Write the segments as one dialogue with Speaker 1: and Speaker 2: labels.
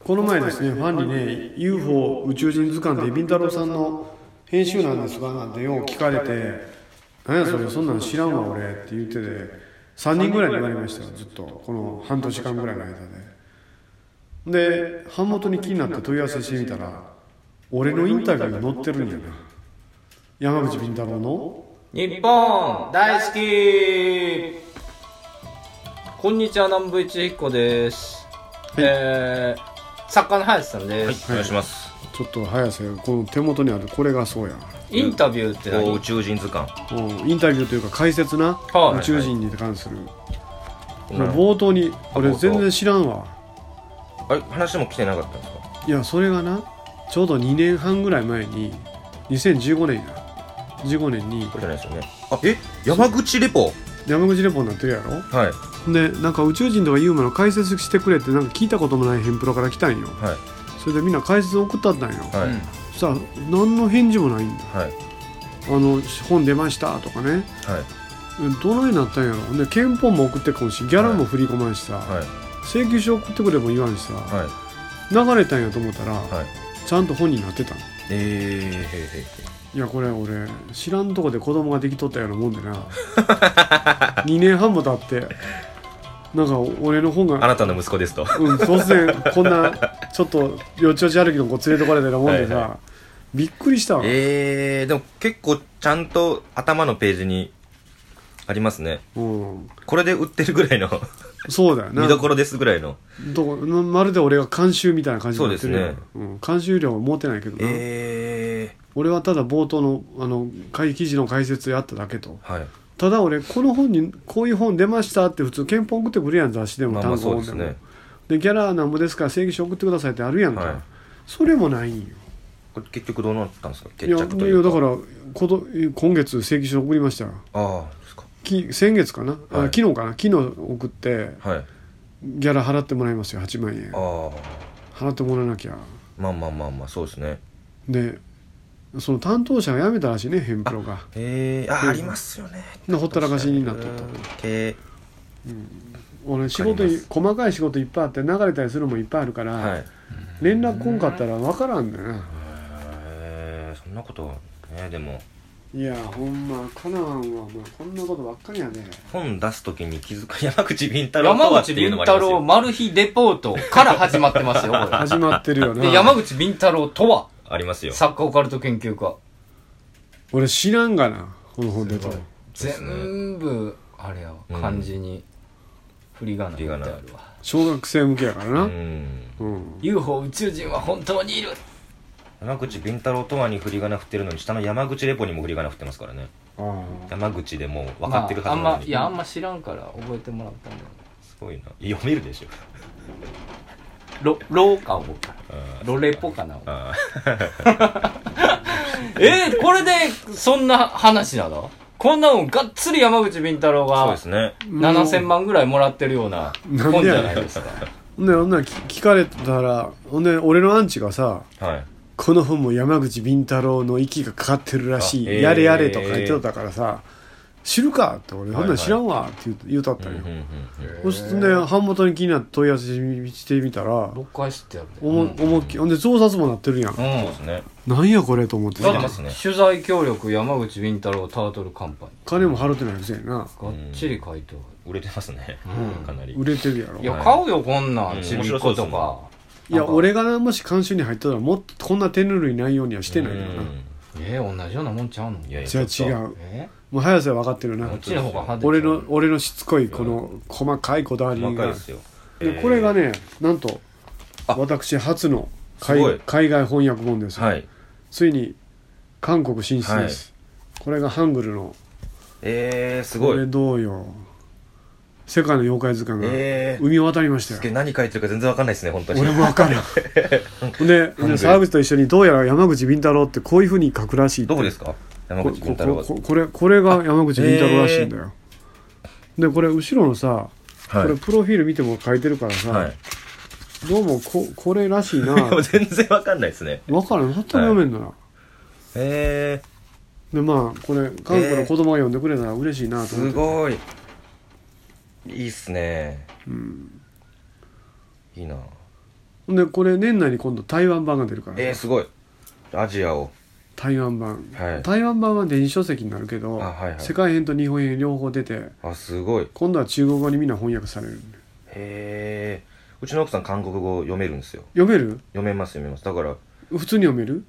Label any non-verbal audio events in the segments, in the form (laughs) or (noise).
Speaker 1: この前ですねファンにね UFO 宇宙人図鑑でビンタロウさんの編集なんですがなんてよう聞かれて「何やそれそんなん知らんわ俺」って言ってて3人ぐらいに言われましたよずっとこの半年間ぐらいの間でで版元に気になって問い合わせしてみたら俺のインタビューが載ってるんやな山口敏太郎の
Speaker 2: 日本大好きこんにちは南部一彦です、えー、作家の林さんで
Speaker 3: はい
Speaker 2: す、
Speaker 3: お願いします
Speaker 1: ちょっと早瀬この手元にあるこれがそうや
Speaker 2: インタビューって
Speaker 3: お
Speaker 2: 何
Speaker 3: 宇宙人図鑑
Speaker 1: うんインタビューというか解説な
Speaker 2: はい
Speaker 1: 宇宙人に関する、
Speaker 3: うん
Speaker 1: 冒頭に俺全然知らんわ
Speaker 3: あれ話も来てなかったんですか
Speaker 1: いやそれがなちょうど2年半ぐらい前に2015年や15年に
Speaker 3: これじゃないですよねあえ山口レポ
Speaker 1: 山口レポになってるや
Speaker 3: はい
Speaker 1: ろでなんか宇宙人とかユーマの解説してくれってなんか聞いたこともないヘンプロから来たんよ
Speaker 3: はい
Speaker 1: それでみんな解説送ったったんよ
Speaker 3: はい、
Speaker 2: うん
Speaker 1: さあ何の返事もないんだ
Speaker 3: はい
Speaker 1: あの本出ましたとかね
Speaker 3: はい
Speaker 1: うんどないなったんやろほんで憲法も送ってこんしギャラも振り込まんしさ、
Speaker 3: はい
Speaker 1: 請求書送ってくれも言わんしさ、
Speaker 3: はい
Speaker 1: 流れたんやと思ったら、
Speaker 3: はい
Speaker 1: ちゃんと本になってたの
Speaker 3: えー、へーへ
Speaker 1: いやこれ俺知らんとこで子供ができとったようなもんでな2年半も経ってなんか俺の本
Speaker 3: ーあ
Speaker 1: が、
Speaker 3: なたの息子ですとは
Speaker 1: うん、突然こんなちょっとよちよち歩きの子連れてこられたようなもんでさ、
Speaker 3: はい
Speaker 1: びっくりしたわ、
Speaker 3: (laughs) えー、でも結構ちゃんと頭のページにありますね
Speaker 1: うん、
Speaker 3: これで売ってるぐらいの
Speaker 1: そうだよな
Speaker 3: 見どころですぐらいの
Speaker 1: どこなまるで俺が監修みたいな感じになってるよ
Speaker 3: そうですね
Speaker 1: うん、監修料は持ってないけどな、
Speaker 3: え
Speaker 1: 俺はただ冒頭のあの会記事の解説やっただけと
Speaker 3: ー、はい
Speaker 1: ただ俺この本にこういう本出ましたって普通憲法送ってくるやん雑誌でも
Speaker 3: まあまあ
Speaker 1: 単行
Speaker 3: そう
Speaker 1: 本
Speaker 3: で
Speaker 1: ですも、
Speaker 3: ね
Speaker 1: でギャラなんぼですから請求書送ってくださいってあるやんか、
Speaker 3: はい
Speaker 1: それもないんよ
Speaker 3: これ結局どうなったんですか
Speaker 1: い
Speaker 3: 決
Speaker 1: や
Speaker 3: 着という
Speaker 1: い
Speaker 3: か
Speaker 1: やだからこと今月請求書送りましたよ
Speaker 3: ああですか
Speaker 1: き先月かな、あ
Speaker 3: はい
Speaker 1: 昨日かな昨日送って
Speaker 3: はい
Speaker 1: ギャラ払ってもらいますよ8万円
Speaker 3: ああ
Speaker 1: 払ってもらわなきゃ
Speaker 3: まあまあまあまあそうですね
Speaker 1: でその担当者が辞めたらしいねヘンプロが
Speaker 3: えー、あありますよね
Speaker 1: なほったらかしになっとった
Speaker 3: 経営
Speaker 1: 俺仕事
Speaker 3: わかり
Speaker 1: い
Speaker 3: ます
Speaker 1: 細かい仕事いっぱいあって流れたりするのもいっぱいあるから、
Speaker 3: はい
Speaker 1: 連絡こんかったら分からんねんな
Speaker 3: えー、そんなことはねでも
Speaker 1: いやほんまかなわんはもうこんなことばっかりやね
Speaker 3: 本出すときに気づか山口敏太郎と
Speaker 2: 山
Speaker 3: はって
Speaker 2: 口
Speaker 3: いう
Speaker 2: 敏
Speaker 3: のもあり
Speaker 2: 太
Speaker 3: ます
Speaker 2: 郎
Speaker 3: よ
Speaker 2: マル秘レポートから始まってます
Speaker 3: (laughs)
Speaker 2: よこ
Speaker 1: 始まってるよ
Speaker 2: れ
Speaker 1: な
Speaker 2: で山口敏太郎とは
Speaker 3: ありますよ
Speaker 2: 作家オカルト研究家
Speaker 1: 俺知らんがなこの本出た
Speaker 2: すごい全部あれやわ
Speaker 3: うん
Speaker 2: 漢字に振り仮名ってあるわ
Speaker 3: 振
Speaker 1: 小学生向けやから
Speaker 3: う
Speaker 1: な、
Speaker 3: ん
Speaker 2: UFO 宇宙人は本当にいる
Speaker 3: 山口敏太郎とはに振り仮名振ってるのに下の山口レポにも振り仮名振ってますからね
Speaker 1: あ
Speaker 3: 山口でもう分かってるはずな
Speaker 2: まあ、あ
Speaker 3: の
Speaker 2: んま
Speaker 3: に、
Speaker 2: いやあんま知らんから覚えてもらったんだよ
Speaker 3: すごいな読めるでしょ
Speaker 2: ロローか僕
Speaker 3: あ
Speaker 2: ロレポかな
Speaker 3: ーあ
Speaker 2: えー、これでそんな話なのこんなもんがっつり山口敏太郎
Speaker 3: ーそう
Speaker 2: が
Speaker 3: ですね
Speaker 2: 7000万ぐらいもらってるような
Speaker 1: なんでや
Speaker 2: 本じゃないですか
Speaker 1: ほんで女聞聞かれたらほんで俺のアンチがさ
Speaker 3: はい
Speaker 1: この本も山口敏太郎の息がかかってるらしい、
Speaker 3: あえー
Speaker 1: やれやれとか言ってたからさ、知るかって俺、そんなん知らんわって言う言うたっ
Speaker 3: う
Speaker 1: た
Speaker 3: ん
Speaker 1: ん
Speaker 3: う
Speaker 1: よ、
Speaker 3: んうんう
Speaker 1: そ
Speaker 3: ん
Speaker 1: してね版元に気になって問い合わせしてみたら
Speaker 2: 6回知ってやるで
Speaker 1: おも思いっきりほんで増刷もなってるやん、
Speaker 2: うん
Speaker 3: そうですね
Speaker 1: なんやこれと思って
Speaker 3: 知って
Speaker 2: だ
Speaker 3: ま
Speaker 1: さ
Speaker 2: っ
Speaker 3: す
Speaker 2: て
Speaker 3: ね
Speaker 2: 取材協力山口敏太郎タートルカンパニ
Speaker 1: 金も払ってないくせにな
Speaker 2: ーがっちり書いてある
Speaker 3: 売れてますね、かなり
Speaker 1: 売れてるやろ
Speaker 2: いや買うよこんな
Speaker 3: うんん
Speaker 2: ちびっこと
Speaker 3: 面白
Speaker 2: か
Speaker 1: いや
Speaker 2: なんか
Speaker 1: 俺がなもし監修に入ってたらもっとこんな手ぬるい内容にはしてないよ
Speaker 3: う
Speaker 1: な、
Speaker 3: ん
Speaker 2: えー、同じようなもんちゃうの
Speaker 3: いやいや
Speaker 1: じゃあ
Speaker 3: ちょっ
Speaker 1: 違
Speaker 3: と
Speaker 1: う
Speaker 2: え
Speaker 1: もう早瀬は分かってる
Speaker 2: ー、こ
Speaker 1: な
Speaker 2: っちの方が派手
Speaker 1: 俺の俺のしつこいこの細かいこだわり
Speaker 3: 細かい
Speaker 1: が
Speaker 3: ですよ
Speaker 1: でこれが
Speaker 3: ね
Speaker 1: ねなんと
Speaker 3: あ
Speaker 1: 私初の海
Speaker 3: すごい
Speaker 1: 海外翻訳本です、
Speaker 3: はい
Speaker 1: ついに韓国進出です、これがハングルの
Speaker 3: えー、す
Speaker 1: こ
Speaker 3: ご
Speaker 1: れ
Speaker 3: い
Speaker 1: どうよ世界の妖怪図鑑が
Speaker 3: えー
Speaker 1: 海を渡りました
Speaker 3: す
Speaker 1: よ
Speaker 3: げえ何書いてるか全然わかんないですね本当に
Speaker 1: 俺も分
Speaker 3: (laughs)
Speaker 1: からんほんで
Speaker 3: グル
Speaker 1: で沢口と一緒にどうやら山口敏太郎ってこういうふうに書くらしいって
Speaker 3: どこですか山
Speaker 1: こ
Speaker 3: 口敏太郎は
Speaker 1: こここれこれが山口敏太郎らしいんだよ、でこれ後ろのさ、これプロフィール見ても書いてるからさ、
Speaker 3: はい
Speaker 1: どうもここれら
Speaker 3: (laughs)
Speaker 1: しいな
Speaker 3: でも全然わかんないですね
Speaker 1: 分からん全く読めんのな、
Speaker 3: え
Speaker 1: でまあこれ韓国の子供が読んでくれたら嬉しいな
Speaker 3: ー、
Speaker 1: と思っ
Speaker 3: す
Speaker 1: て、
Speaker 3: ごいいいっすね
Speaker 1: うん
Speaker 3: いいな
Speaker 1: ほんでこれ年内に今度台湾版が出るから、
Speaker 3: えー、すごい。アジアを。
Speaker 1: 台湾版、
Speaker 3: はい
Speaker 1: 台湾版は電子書籍になるけど、
Speaker 3: あはいはい
Speaker 1: 世界編と日本編両方出て
Speaker 3: あ、すごい。へ
Speaker 1: 今度は中国語にみんな翻訳される
Speaker 3: え。うちの奥さん韓国語読めるんですよ。
Speaker 1: 読める
Speaker 3: 読めます読めます。だから、
Speaker 1: 普通に読める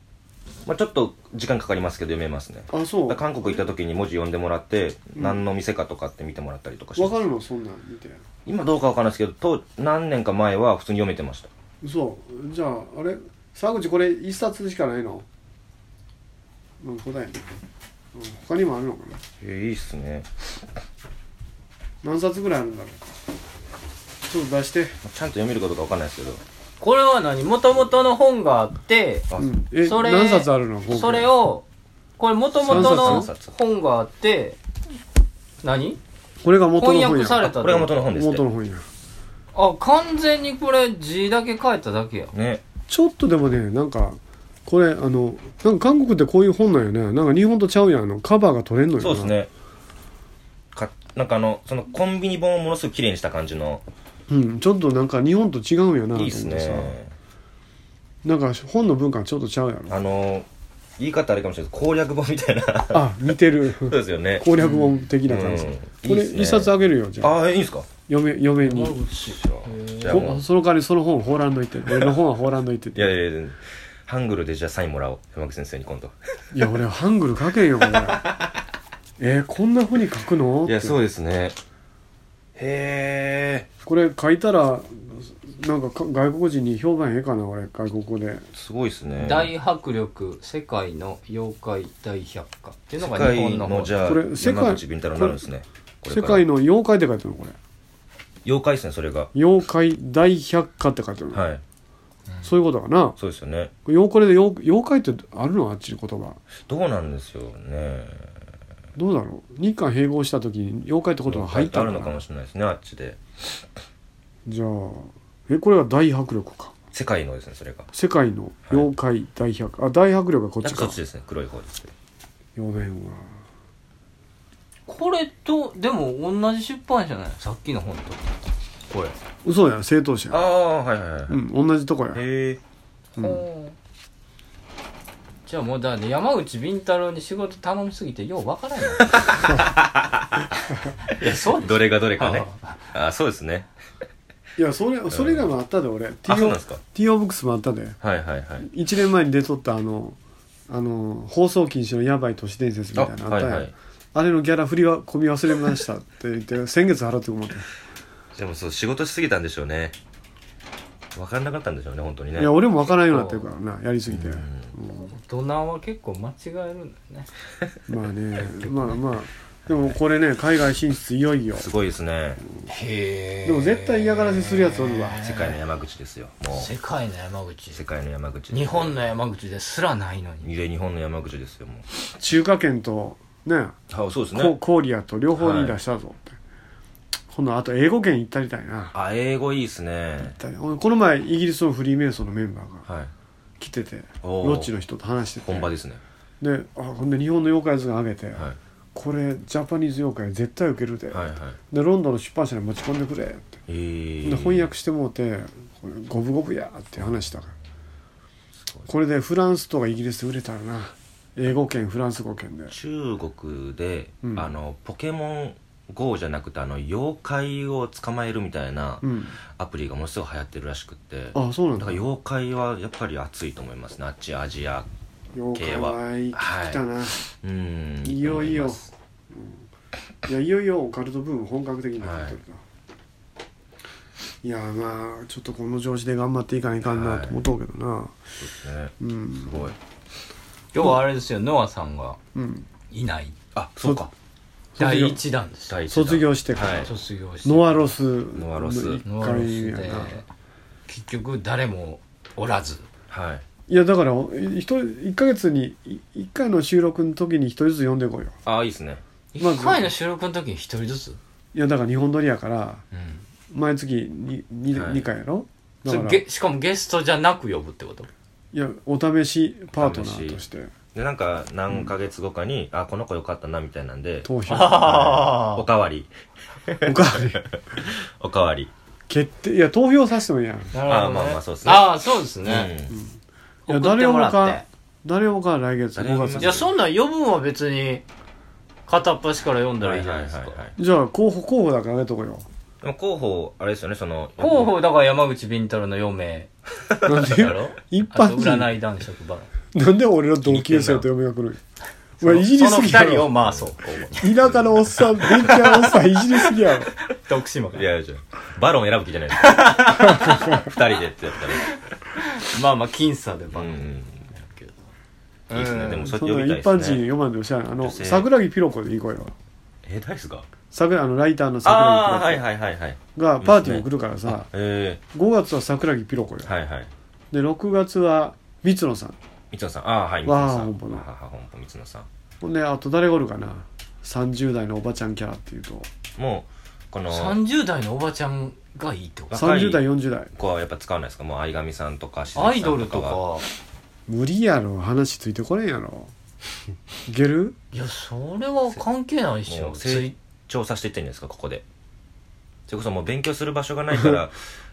Speaker 3: まあちょっと時間かかりますけど読めますね。
Speaker 1: あそう
Speaker 3: だから韓国行った時に文字読んでもらって、何の店かとかって見てもらったりとかして
Speaker 1: わかるのそんなん見て
Speaker 3: 今どうかわかんないですけどと何年か前は普通に読めてました
Speaker 1: 嘘じゃああれ沢口これ一冊しかないのうん答えね、うん、他にもあるのかな
Speaker 3: えーいいっすね
Speaker 1: 何冊ぐらいあるんだろうちょっと出して、
Speaker 3: まあちゃんと読めるかどうかわかんないですけど
Speaker 2: これは何もともとの本があって
Speaker 3: あ、
Speaker 1: うん、え
Speaker 2: それ
Speaker 1: 何冊あるの合計
Speaker 2: それをこれもともとの
Speaker 3: 三冊三冊
Speaker 2: 本があって何
Speaker 1: これが元の
Speaker 2: 翻
Speaker 1: 本
Speaker 2: 訳
Speaker 1: や
Speaker 2: された
Speaker 3: これが元
Speaker 2: の
Speaker 3: の本です
Speaker 1: 元の
Speaker 3: ね
Speaker 1: 本や
Speaker 2: あ完全にこれ字だけ書いただけや
Speaker 3: ね
Speaker 1: ちょっとでもねなんかこれあのなんか韓国ってこういう本なんよねなんか日本とちゃうやんあのカバーが取れんのよな
Speaker 3: そうですねかなんかあのそのコンビニ本をものすごく綺麗にした感じの
Speaker 1: うんちょっとなんか日本と違うんやなと思
Speaker 3: い
Speaker 1: っ
Speaker 3: いっす
Speaker 1: てさ
Speaker 3: ね
Speaker 1: なんか本の文化ちょっとちゃうやろ
Speaker 3: あの言い方あれかもしれないです攻略本みたい (laughs) なそ
Speaker 1: あ似てる
Speaker 3: うですよね
Speaker 1: 攻略本的な感じ、
Speaker 3: うん
Speaker 1: これ
Speaker 3: いいっすね
Speaker 1: 一冊あげるよじゃあ
Speaker 3: あえいいんすか
Speaker 1: 嫁嫁に
Speaker 3: じゃあも
Speaker 1: こ
Speaker 3: う
Speaker 1: その代わりその本放らんどいて俺の本は放らんどいてっ
Speaker 3: い
Speaker 1: て
Speaker 3: やいやいやハングルでじゃあサインもらおう山口先生に今度
Speaker 1: いや俺ハングル書けんよ
Speaker 3: (laughs)
Speaker 1: これえー、こんなふうに書くの
Speaker 3: いや
Speaker 1: っ
Speaker 3: そうですねへえ
Speaker 1: てこれ書いたらなんかか外国人に評判ええかな俺外国語です
Speaker 3: ごいですね
Speaker 2: 大迫力世界の妖怪大百科っていうの
Speaker 3: 世
Speaker 2: が日
Speaker 3: 界
Speaker 2: 本の
Speaker 3: の
Speaker 2: 本
Speaker 3: じゃあ
Speaker 1: これ世界
Speaker 3: 山口敏太郎になるんですねこれ
Speaker 1: 世
Speaker 3: から
Speaker 1: 界の妖怪って書いてるのこれ
Speaker 3: 妖怪ですねそれが
Speaker 1: 妖怪大百科って書いてるの、
Speaker 3: はい
Speaker 1: そういうことかな
Speaker 3: そうですよね
Speaker 1: 妖怪で妖妖怪ってあるのあっちの言葉
Speaker 3: どうなんですよね
Speaker 1: どうだろう日韓併合した時に妖怪ってことが入った
Speaker 3: ある
Speaker 1: の
Speaker 3: の
Speaker 1: か
Speaker 3: か
Speaker 1: な
Speaker 3: もしれないですねあっちで
Speaker 1: じゃあえこれが大迫力か
Speaker 3: 世界のですねそれが
Speaker 1: 世界の妖怪大百科、あ大迫力がこっ
Speaker 3: なん
Speaker 1: ち
Speaker 3: かそ
Speaker 1: か
Speaker 3: っちですね黒い方ですね
Speaker 1: 4年は
Speaker 2: これとでも同じ出版社なんやさっきの本とこれ、
Speaker 1: 嘘や正当者
Speaker 3: あ
Speaker 1: や
Speaker 3: あはいはいはい、
Speaker 1: うん同じとこや
Speaker 3: へえ
Speaker 2: ほうじゃあもうだね山口敏太郎に仕事頼みすぎてようわからんよいやそうです
Speaker 3: どれがどれかねああそうですね
Speaker 1: いやそれそれらもあったで俺 TO
Speaker 3: あそうなんですか
Speaker 1: TO ブックスもあったで
Speaker 3: はいはいはい
Speaker 1: 1年前に出とったあのあの放送禁止のやばい都市伝説み
Speaker 3: あ
Speaker 1: たいなのあ
Speaker 3: は
Speaker 1: っ
Speaker 3: い
Speaker 1: たやん
Speaker 3: はい
Speaker 1: あれのギャラ振りは込み忘れましたって言って先月払って
Speaker 3: (laughs)
Speaker 1: 思って
Speaker 3: でもそう仕事しすぎたんでしょうね分かんなかったんでしょうね本当にね
Speaker 1: いや俺も分からんようになってるからなやりすぎて、
Speaker 2: ドナーは結構間違えるんだよね
Speaker 1: まあ
Speaker 3: (laughs)
Speaker 1: ねまあまあでもこれね海外進出いよいよ
Speaker 3: すごいですね
Speaker 2: へ
Speaker 1: でも絶対嫌がらせするやつおるわ
Speaker 3: 世界の山口ですよもう
Speaker 2: 世界の山口
Speaker 3: 世界の山口
Speaker 2: 日本の山口ですらないのに
Speaker 3: いや日本の山口ですよもう
Speaker 1: 中華圏とね
Speaker 3: あそうです
Speaker 1: こう
Speaker 3: ね
Speaker 1: コーリアと両方リーダーしたぞって、今度あと英語圏行ったりたいな
Speaker 3: あ英語いいですね
Speaker 1: 行ったり俺この前イギリスのフリーメイソンのメンバーが
Speaker 3: はい
Speaker 1: 来てて
Speaker 3: おー
Speaker 1: ロッチの人と話してて
Speaker 3: 本場ですね
Speaker 1: であほんで日本の妖怪図が上げて、
Speaker 3: は
Speaker 1: これジャパニーズ妖怪絶対受けるで、
Speaker 3: いはいはい
Speaker 1: でロンドンの出版社に持ち込んでくれって
Speaker 3: えー
Speaker 1: で翻訳してもうてこれ五分五分やって話したからこれでフランスとかイギリスで売れたらな英語圏フランス語圏で
Speaker 3: 中国で、
Speaker 1: うん
Speaker 3: あのポケモン GO じゃなくてあの妖怪を捕まえるみたいな
Speaker 1: うん
Speaker 3: アプリがものすごい流行ってるらしくって、
Speaker 1: あそうなん
Speaker 3: だ
Speaker 1: だ
Speaker 3: から妖怪はやっぱり熱いと思いますねあっちアジア
Speaker 1: 妖怪は来たな、
Speaker 3: うん
Speaker 1: いよいよ
Speaker 3: と思ます
Speaker 1: い、やいよいよオカルトブーム本格的になってるな、い、やまあちょっとこの調子で頑張っていかないかんなと思っとうけどな、
Speaker 3: そうですね
Speaker 1: うん
Speaker 3: すごい
Speaker 2: 今日はあれですよノアさんが
Speaker 1: うん
Speaker 2: いない
Speaker 3: あそうか
Speaker 1: 卒
Speaker 2: 第
Speaker 1: 業
Speaker 2: 1弾です
Speaker 3: 第一弾
Speaker 1: 卒業してから、
Speaker 3: はい
Speaker 2: 卒業して
Speaker 1: ノアロス
Speaker 3: ノアロス
Speaker 1: の一
Speaker 2: ノアロ
Speaker 1: 回
Speaker 2: ス
Speaker 1: やな
Speaker 2: で結局誰もおらず
Speaker 3: はい
Speaker 1: いやだから一人1か月に1回の収録の時に一人ずつ読んでこいよ
Speaker 3: あいいですね
Speaker 1: まず
Speaker 2: 1回の収録の時に1人ずつ、
Speaker 1: いやだから日本撮りやから
Speaker 2: うん
Speaker 1: 毎月 2, 2,、
Speaker 3: はい
Speaker 1: 二回やろだ
Speaker 2: そ
Speaker 1: か
Speaker 2: れ
Speaker 1: らい
Speaker 2: ゲしかもゲストじゃなく呼ぶってこと
Speaker 1: やお試しパートナーとして
Speaker 3: でなんか何ヶ月後かに、あこの子よかったなみたい (laughs) なんで
Speaker 1: 投票
Speaker 2: あ
Speaker 3: おかわり
Speaker 1: おかわり
Speaker 3: おかわり
Speaker 1: 決定いや投票させてもいいやんい
Speaker 2: な
Speaker 3: あーまあまあそうです
Speaker 2: ね
Speaker 3: ね
Speaker 2: ああそうですね、
Speaker 3: うん
Speaker 1: や
Speaker 2: 送って
Speaker 1: 誰
Speaker 2: も
Speaker 1: も
Speaker 2: らって
Speaker 1: か誰もか来月
Speaker 3: 誰
Speaker 1: 5
Speaker 3: も
Speaker 1: 月
Speaker 2: いやそんなん読むんは別に片っ端から読んだらいいじゃないですか、
Speaker 3: はいはいはい
Speaker 1: じゃあ候補候補だから上げとこ
Speaker 3: (laughs)
Speaker 1: よ
Speaker 3: でも候補、あれですよね、その、
Speaker 2: 候補だから山口ビンタルの4名
Speaker 1: なんで
Speaker 2: だろ
Speaker 1: 一般
Speaker 2: あと
Speaker 1: 人
Speaker 2: 占い男爵バラ
Speaker 1: なんで俺の同級生と読みが来るお前いじり
Speaker 2: その
Speaker 1: すぎや
Speaker 2: 2人を
Speaker 1: ろ
Speaker 2: まあそう候補に
Speaker 1: 田舎のおっさんベンチャーおっさんいじりすぎやろ
Speaker 2: 徳島から
Speaker 3: いやいや、バロン選ぶ気じゃないですか。二人でってやったら。
Speaker 2: まあまあ僅差でバ
Speaker 3: う
Speaker 2: ラ、
Speaker 3: ん。いいです
Speaker 2: う
Speaker 3: ね。
Speaker 2: ん
Speaker 3: でもそう
Speaker 1: そ
Speaker 3: や
Speaker 1: ん
Speaker 3: って
Speaker 1: な
Speaker 3: 呼
Speaker 1: 一
Speaker 3: びた
Speaker 1: 般人
Speaker 3: いですね。
Speaker 1: 読まんでおしゃれあの
Speaker 3: 女性
Speaker 1: 桜木ピロコでいこうよ
Speaker 3: え、誰ですか
Speaker 1: 桜あのライターの
Speaker 3: ああー、は
Speaker 1: 桜木
Speaker 3: いはいはいはい。
Speaker 1: ピロコがパーティーに来るからさ
Speaker 3: え
Speaker 1: 5月は桜木ピロコよ
Speaker 3: え、はいはい。
Speaker 1: で6月は三野さん
Speaker 3: 三野さん、ああ、はい、三
Speaker 1: わ
Speaker 3: 野
Speaker 1: あ
Speaker 3: さん。
Speaker 1: 本舗の
Speaker 3: はは本舗三野さん。
Speaker 1: ほんであと誰がおるかな30代のおばちゃんキャラっていうと
Speaker 3: もう、この、
Speaker 2: 30代のおばちゃんがいいってこ
Speaker 3: 若い
Speaker 1: 30代40代
Speaker 3: 子はやっぱ使わないですかもう相上さんとか、
Speaker 2: とアイドルと
Speaker 3: 静香さんは。
Speaker 2: か
Speaker 1: 無理やろ話ついてこれんやろいけ
Speaker 3: (laughs)
Speaker 1: る
Speaker 2: いやそれは関係ないっし
Speaker 3: も
Speaker 2: ょ
Speaker 3: う
Speaker 2: つい
Speaker 3: 成長させていってんじゃないですか、ここで。それこそもう勉強する場所がない
Speaker 1: (laughs)
Speaker 3: から、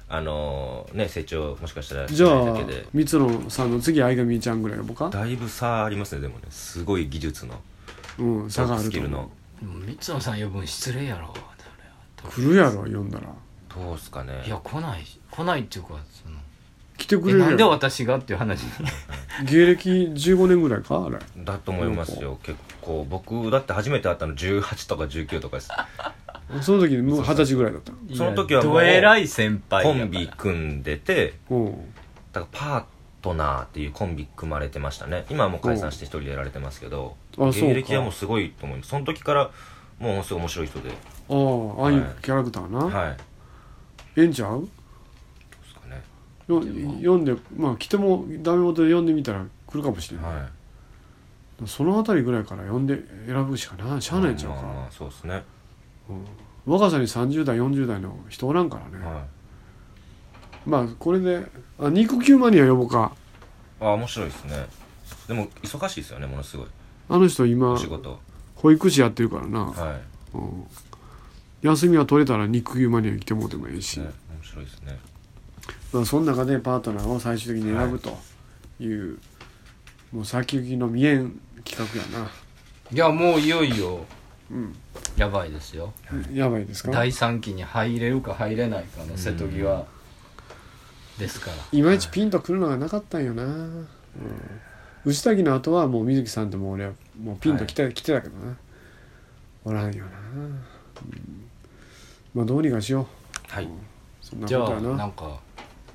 Speaker 3: あのー、ね、成長、もしかしたら、
Speaker 1: じゃ
Speaker 3: だ
Speaker 1: あ
Speaker 3: けで。
Speaker 1: 三野さんの次相上ちゃんぐらい呼ぼうか
Speaker 3: だいぶ差ありますね、でもね。すごい技術の、
Speaker 1: うん差があ
Speaker 3: ス
Speaker 1: ると
Speaker 3: キル
Speaker 1: 思う
Speaker 3: の。
Speaker 2: もう三野さん呼ぶん失礼やろそれ
Speaker 1: 来るやろ読んだら
Speaker 3: どうっすかね
Speaker 2: はい。や来ない来ないっていうかその
Speaker 1: 来てくれ
Speaker 2: え
Speaker 1: るや
Speaker 2: なんで
Speaker 1: ろ
Speaker 2: 私がっていう話
Speaker 1: 芸歴15年ぐらいかあれ
Speaker 3: だと思いますよ結構僕だって初めて会ったの18とか19とかです
Speaker 1: その時もう二十歳ぐらいだった
Speaker 3: その時はい
Speaker 2: や
Speaker 3: もう
Speaker 2: どえらい先輩
Speaker 3: コ
Speaker 2: や
Speaker 3: ン
Speaker 2: から
Speaker 3: ビ組んでて
Speaker 1: うん
Speaker 3: だからパートナーっていうコンビ組まれてましたね今はもう解散して一人でやられてますけど
Speaker 1: あそう
Speaker 3: 芸
Speaker 1: か
Speaker 3: 歴はもうすごいと思いますその時からもうすごい面白い人で
Speaker 1: ああああいうキャラクターな、
Speaker 3: はいど
Speaker 1: ええんちゃう
Speaker 3: うですかね
Speaker 1: よ読んでまあ来てもダメ元で読んでみたら来るかもしれない、
Speaker 3: は
Speaker 1: その辺りぐらいから読んで選ぶしかない
Speaker 3: い
Speaker 1: しゃあないんちゃう
Speaker 3: まあま
Speaker 1: か
Speaker 3: あそうですねはい
Speaker 1: 若さに30代40代の人おらんからね、まあこれであ肉球マニア呼ぼうか
Speaker 3: あ面白いですねでも忙しいですよねものすごい
Speaker 1: あの人今
Speaker 3: お仕事
Speaker 1: 保育士やってるからな、
Speaker 3: は
Speaker 1: うん休みは取れたら肉球マニアに来てもうてもいい
Speaker 3: い
Speaker 1: し、
Speaker 3: ね面白いですね
Speaker 1: まあ、その中でパートナーを最終的に選ぶという、もう先行きの見えん企画やな、
Speaker 2: いやもういよいよ
Speaker 1: うん、
Speaker 2: やばいですよ
Speaker 1: やばいですか
Speaker 2: 第3期に入れるか入れないかの瀬戸際ですから
Speaker 1: いまいちピンとくるのがなかったんよな、うん、内滝の後はもう水木さんとも俺はもうピンときて,、来てたけどなおらんよな、うんまあどうにかしよう
Speaker 3: はい
Speaker 1: そんなこ
Speaker 2: じ
Speaker 1: と
Speaker 2: ゃあ
Speaker 1: やな
Speaker 2: なんか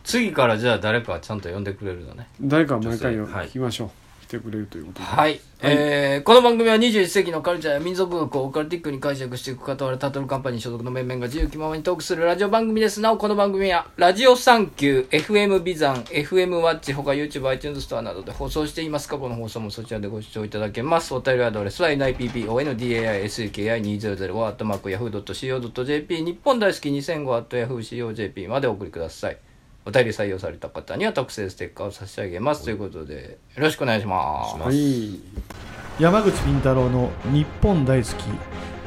Speaker 2: 次からじゃあ誰かちゃんと呼んでくれるのね
Speaker 1: 誰か毎回
Speaker 3: 女
Speaker 1: よ
Speaker 3: 性はい
Speaker 1: 聞きましょう、来てくれるということで
Speaker 2: はい、えーこの番組は21世紀のカルチャーや民族学をオカルティックに解釈していく傍らタトルカンパニー所属の面々が自由気ままにトークするラジオ番組ですなおこの番組はラジオサンキュー FM ビザン FM ワッチ他 YouTube iTunes ストアなどで放送しています過去の放送もそちらでご視聴いただけますお便りアドレスは NIPPONDAISUKI2005-yahoo.co.jp 日本大好き 2005-yahoo.co.jp までお送りくださいお便り採用された方には特製ステッカーを差し上げますということでよろしくお願いします
Speaker 1: はい
Speaker 4: 山口敏太郎の日本大好き、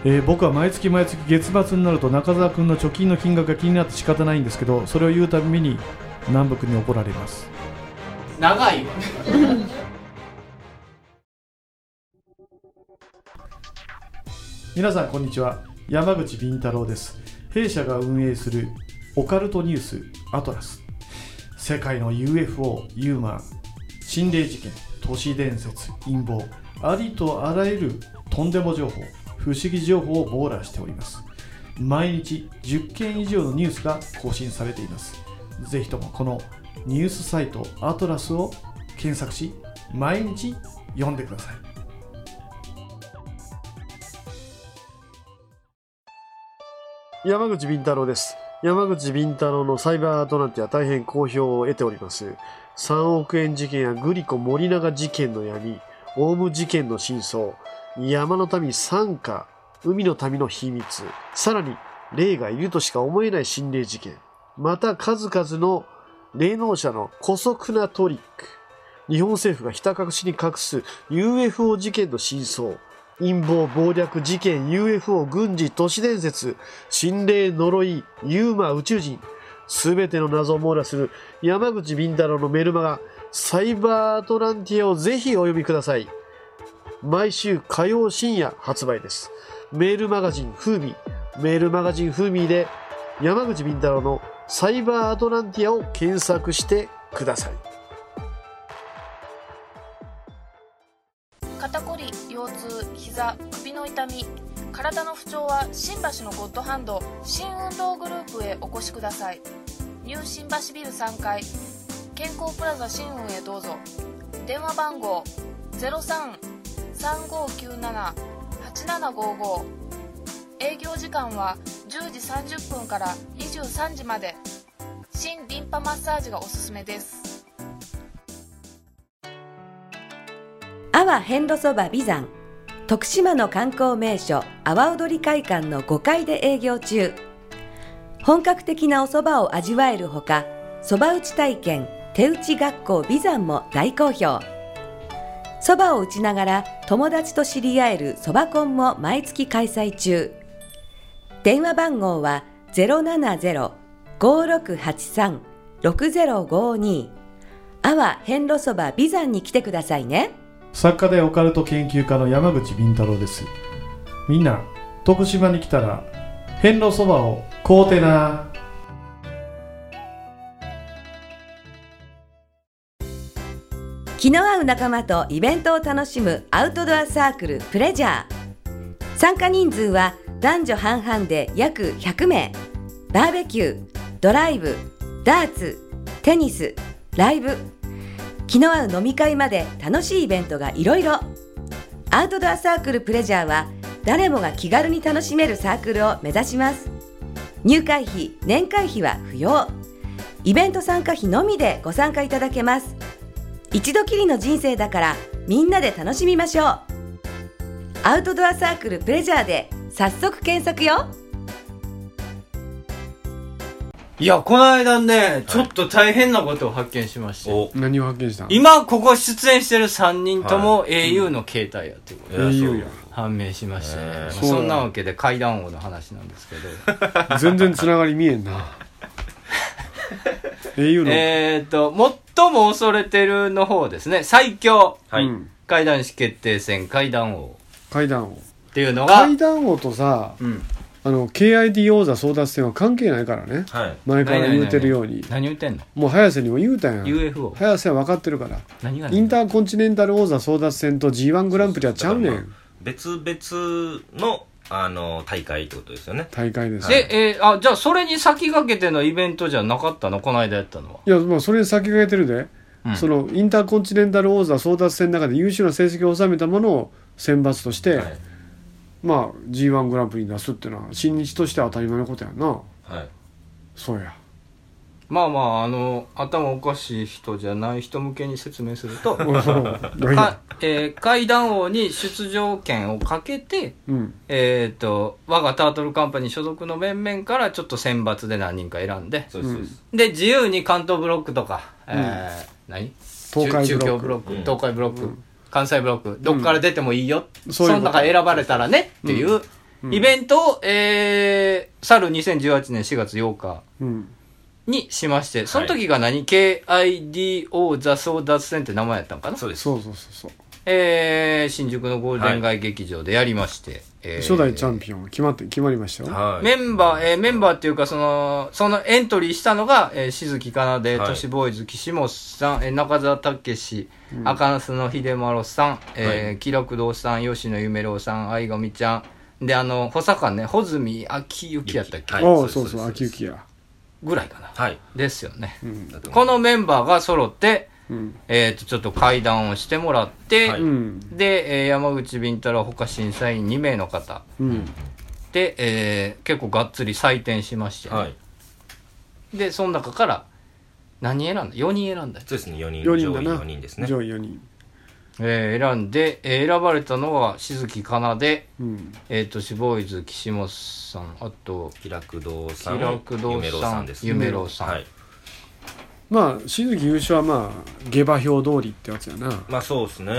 Speaker 4: えー僕は毎月毎月月末になると中澤君の貯金の金額が気になって仕方ないんですけどそれを言うたびに南北に怒られます
Speaker 2: 長いわ
Speaker 4: 皆さんこんにちは山口敏太郎です弊社が運営するオカルトニュースアトラス世界の UFO ユーマン心霊事件都市伝説陰謀ありとあらゆるとんでも情報不思議情報を網羅しております毎日10件以上のニュースが更新されていますぜひともこのニュースサイトアトラスを検索し毎日読んでください
Speaker 1: 山口敏太郎です山口敏太郎のサイバーアートなんては大変好評を得ております3億円事件やグリコ森永事件の闇オウム事件の真相山の民参加海の民の秘密さらに霊がいるとしか思えない心霊事件また数々の霊能者の古速なトリック日本政府がひた隠しに隠す UFO 事件の真相陰謀暴略事件 UFO 軍事都市伝説心霊呪いユーマ宇宙人
Speaker 4: 全ての謎を網羅する山口敏太郎のメルマガサイバーアトランティアをぜひお読みください毎週火曜深夜発売ですメールマガジンフーミーメールマガジンフーミーで山口敏太郎のサイバーアトランティアを検索してください
Speaker 5: 肩こり腰痛膝首の痛み体の不調は新橋のゴッドハンド新運動グループへお越しくださいニュー新橋ビル3階健康プラザ新運へどうぞ電話番号0335978755営業時間は10時30分から23時まで新リンパマッサージがおすすめです
Speaker 6: 阿波遍路そば美山徳島の観光名所阿波踊り会館の5階で営業中本格的なお蕎麦を味わえるほか蕎麦打ち体験手打ち学校美山も大好評蕎麦を打ちながら友達と知り合える蕎麦コンも毎月開催中電話番号は070-5683-6052阿波遍路そば美山に来てくださいね
Speaker 4: 作家でオカルト研究家の山口敏太郎ですみんな徳島に来たら遍路そばを買うてな
Speaker 6: 気の合う仲間とイベントを楽しむアウトドアサークルプレジャー参加人数は男女半々で約100名バーベキュードライブダーツテニスライブ気の合う飲み会まで楽しいイベントがいろいろアウトドアサークルプレジャーは誰もが気軽に楽しめるサークルを目指します入会費年会費は不要イベント参加費のみでご参加いただけます一度きりの人生だからみんなで楽しみましょうアウトドアサークルプレジャーで早速検索よ
Speaker 2: いや、この間ね、ちょっと大変なことを発見しまして。
Speaker 3: お
Speaker 1: 何を発見したん
Speaker 2: 今、ここ出演してる3人とも au の携帯やってこと
Speaker 3: いやそう
Speaker 1: いいよ
Speaker 2: 判明しましたね。
Speaker 3: へ
Speaker 2: まあ
Speaker 3: ー
Speaker 2: そんなわけで階段王の話なんです (laughs) けど。
Speaker 1: 全然つながり見えんな au の、
Speaker 2: えっと、最も恐れてるの方ですね。最強
Speaker 3: はい、
Speaker 1: うん
Speaker 2: 階段師決定戦階段王
Speaker 1: 階段王
Speaker 2: っていうのが、
Speaker 1: 階段王とさ
Speaker 2: うん。
Speaker 1: あの KID 王座争奪戦は関係ないからね
Speaker 3: はい
Speaker 1: 前から言うてるように
Speaker 2: 何言ってんの
Speaker 1: もう早瀬にも言うたやん
Speaker 2: ?UFO。
Speaker 1: 早瀬は分かってるから
Speaker 2: 何が
Speaker 1: インターコンチネンタル王座争奪戦と g 1グランプリはちゃうね
Speaker 3: だから
Speaker 1: ん
Speaker 3: まあ別々のあの大会ってことですよね
Speaker 1: 大会ですよ
Speaker 2: で、えーあ、じゃあそれに先駆けてのイベントじゃなかったのこの間やったのは。
Speaker 1: いやまあそれに先駆けてるで、
Speaker 2: うん
Speaker 1: そのインターコンチネンタル王座争奪戦の中で優秀な成績を収めたものを選抜として、
Speaker 3: はい
Speaker 1: まあ g 1グランプリに出すっていうのは新日としては当たり前のことやんな
Speaker 3: はい
Speaker 1: そう (laughs) や
Speaker 2: まあまあ、あの、頭おかしい人じゃない人向けに説明すると、
Speaker 1: (laughs) おう何や
Speaker 2: かえー階段王に出場権をかけて、
Speaker 1: うん
Speaker 2: えっ、と、我がタートルカンパニー所属の面々からちょっと選抜で何人か選んで、
Speaker 3: そうですそうです、
Speaker 2: で、自由に関東ブロックとか、えー何
Speaker 1: 東海
Speaker 2: 中
Speaker 1: ブ
Speaker 2: 中
Speaker 1: ロ
Speaker 2: 京
Speaker 1: ック
Speaker 2: ブロック、
Speaker 3: うん
Speaker 2: 東海ブロック、関西ブロック、どっから出てもいいよ、
Speaker 1: そうい
Speaker 2: そ
Speaker 1: うこと
Speaker 2: の中選ばれたらねっていう、イベントを、えー、去る2018年4月8日
Speaker 1: うん
Speaker 2: にしまして、その時が何、?KIDO 座争奪戦って名前やったんかな
Speaker 3: そうです
Speaker 1: そうそうそうそう
Speaker 2: えー、新宿のゴールデン街劇場でやりまして、えー
Speaker 1: 初代チャンピオン決まって決まりましたよ
Speaker 3: はい
Speaker 2: メンバー、えーメンバーっていうか、その、そのエントリーしたのが、えー、しずきかなで、
Speaker 3: はい
Speaker 2: としボーイズ、岸本さん、えー、中澤たけし、赤なすの秀丸さん、え
Speaker 3: は
Speaker 2: ー、気楽堂さん、吉野夢郎さん、相上ちゃん、で、あの、補佐官ね、穂積秋幸やったっけ、
Speaker 3: はい
Speaker 1: おう
Speaker 3: そ
Speaker 1: そうう
Speaker 3: です
Speaker 1: そう
Speaker 3: そう
Speaker 1: 秋
Speaker 3: です
Speaker 1: 行や
Speaker 2: ぐらいかな。
Speaker 3: はい
Speaker 2: ですよね。
Speaker 1: うん
Speaker 3: だと思
Speaker 2: こ
Speaker 3: う
Speaker 2: のメンバーが揃って、
Speaker 1: うん
Speaker 2: えっ、と、ちょっと会談をしてもらって、
Speaker 3: はい
Speaker 1: うん
Speaker 2: で、えー山口敏太郎、他審査員2名の方、
Speaker 1: うん
Speaker 2: で、えー結構がっつり採点しまして、
Speaker 3: はい
Speaker 2: でその中から何選んだ4人選んだよ、
Speaker 3: そうですね4人
Speaker 1: 4人
Speaker 3: 上
Speaker 1: だ
Speaker 3: 位
Speaker 1: な
Speaker 3: 4人ですね
Speaker 1: 上位4人
Speaker 2: えー選んで、えー選ばれたのは静木かなで、
Speaker 1: うん
Speaker 2: えー、とシボーイズ岸本さんあと
Speaker 3: 気楽堂
Speaker 2: 気
Speaker 3: さん
Speaker 2: 楽堂
Speaker 3: 夢郎
Speaker 2: さ
Speaker 3: さ
Speaker 2: ん
Speaker 3: んです
Speaker 2: 夢郎さん、
Speaker 3: はい
Speaker 1: まあしずき優勝はまあ下馬評通りってやつやな
Speaker 3: まあそうですね、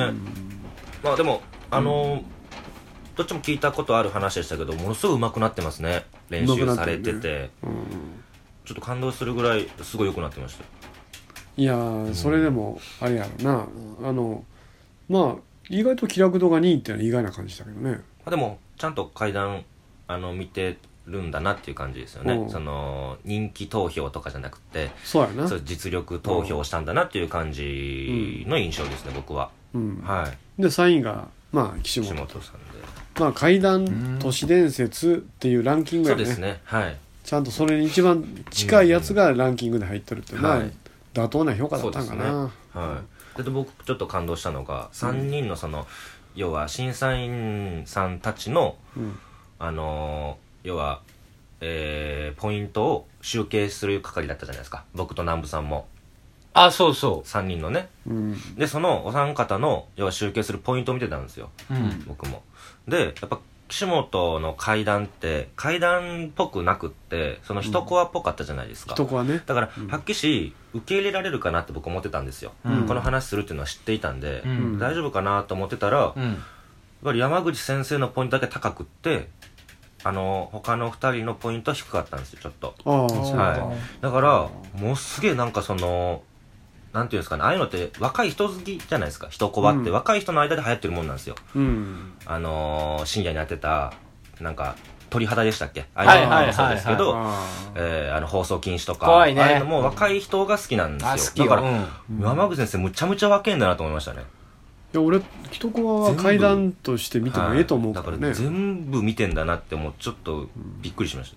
Speaker 3: まあでもあのーどっちも聞いたことある話でしたけどものすごいうまくなってますね練習されてて
Speaker 1: 上手くなってるね
Speaker 3: ちょっと感動するぐらいすごい良くなってました
Speaker 1: いやーそれでもあれやろなあのまあ意外と気楽度が2位ってのは意外な感じだけどね
Speaker 3: まあ、でもちゃんと階段あの見てるんだなっていう感じですよ
Speaker 1: う
Speaker 3: ね
Speaker 1: ん
Speaker 3: その人気投票とかじゃなくて
Speaker 1: そうやな
Speaker 3: そう実力投票したんだなっていう感じの印象ですね僕は
Speaker 1: うん、
Speaker 3: はい
Speaker 1: で3位がまあ岸
Speaker 3: 岸
Speaker 1: 本
Speaker 3: 本さん
Speaker 1: まあ怪談都市伝説っていうランキン
Speaker 3: で
Speaker 1: グ
Speaker 3: そう
Speaker 1: や
Speaker 3: で
Speaker 1: ね
Speaker 3: すねはい
Speaker 1: ちゃんとそれに一番近いやつがランキングで入っとるっていうのは
Speaker 3: はい
Speaker 1: 妥当な評価だ
Speaker 3: そう
Speaker 1: っ
Speaker 3: で
Speaker 1: たん
Speaker 3: す
Speaker 1: か
Speaker 3: ね
Speaker 1: な、
Speaker 3: はいで僕ちょっと感動したのが3人のその、要は審査員さんたちの、
Speaker 1: うん
Speaker 3: あのー要は、えーポイントを集計する係だったじゃないですか僕と南部さんも
Speaker 2: あ、そうそ
Speaker 3: 3人のね
Speaker 1: うん
Speaker 3: でそのお三方の要は集計するポイントを見てたんですよ、僕もでやっぱ岸本の階段って階段っぽくなくってその一コアっぽかったじゃないですか、
Speaker 1: とこはね
Speaker 3: だから、はっきりし受け入れられるかなって僕思ってたんですよ、
Speaker 1: うん
Speaker 3: この話するっていうのは知っていたんで、
Speaker 2: うん
Speaker 3: 大丈夫かなと思ってたら、やっ
Speaker 2: う。うん。
Speaker 3: ぱり山口先生のポイントだけ高くってあの他の2人のポイントは低かったんですよちょっと
Speaker 1: ああそう
Speaker 3: はいだからもうすげえなんかそのなんていうんですかねああいうのって若い人好きじゃないですか人こばっ
Speaker 1: う
Speaker 3: て、
Speaker 1: ん
Speaker 3: 若い人の間で流行ってるもんなんですよ
Speaker 1: うん
Speaker 3: あのー深夜にやってたなんか鳥肌でしたっけあ
Speaker 2: はい
Speaker 3: あうのもそうですけ
Speaker 2: はい
Speaker 3: ど
Speaker 1: ああ
Speaker 3: えーあの放送禁止とか
Speaker 2: 怖いね
Speaker 3: ああいうのも若い人が好きなんですよ
Speaker 2: あ、好きよ。
Speaker 3: だから、
Speaker 2: うん
Speaker 3: 山口先生むちゃむちゃ若いんだなと思いましたね
Speaker 1: いや俺一コアは階段として見てもええと思う
Speaker 3: は
Speaker 1: か
Speaker 3: いだから
Speaker 1: ね
Speaker 3: ら全部見てんだなってもうちょっとびっくりしまし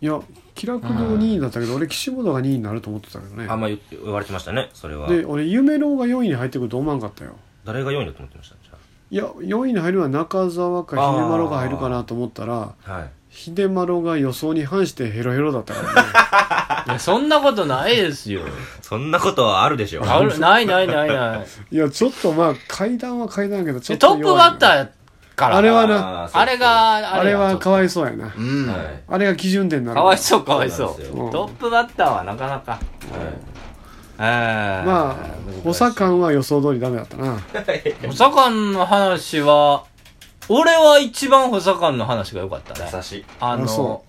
Speaker 1: いや気楽堂2位だったけど俺岸本が2位になると思ってたけどね
Speaker 3: た、あんま言って言われてましたねそれは
Speaker 1: で俺夢郎が4位に入ってくると思わんかったよ
Speaker 3: 誰が4位だと思ってましたじ
Speaker 1: いや4位に入るのは中澤か秀丸が入るかなと思ったら
Speaker 3: ゃあはい
Speaker 1: 秀丸が予想に反してヘロヘロだったからね
Speaker 2: いやそんなことないですよ。
Speaker 3: そんなことはあるでしょ (laughs)
Speaker 2: あるないないないない。 (laughs)
Speaker 1: いやちょっとまあ階段は階段やけどちょ
Speaker 2: で
Speaker 1: っと
Speaker 2: ト
Speaker 1: 弱い
Speaker 2: ッ
Speaker 1: な
Speaker 2: プバッターやから。
Speaker 1: あれは
Speaker 3: な
Speaker 2: あれが、
Speaker 1: あれはか
Speaker 2: わ
Speaker 1: わいそうやな
Speaker 2: うん。
Speaker 3: はい
Speaker 1: あれが基準点になる
Speaker 2: かわいそうかわいそう
Speaker 3: そうなんです
Speaker 1: よ
Speaker 2: トップバッターはなかなか。ええ。
Speaker 1: まあ補佐官は予想通りダメだったな
Speaker 2: 補佐官の話は、俺は一番補佐官の話が良かったね。
Speaker 3: 優しい
Speaker 2: あ
Speaker 1: あ
Speaker 2: の
Speaker 1: そ、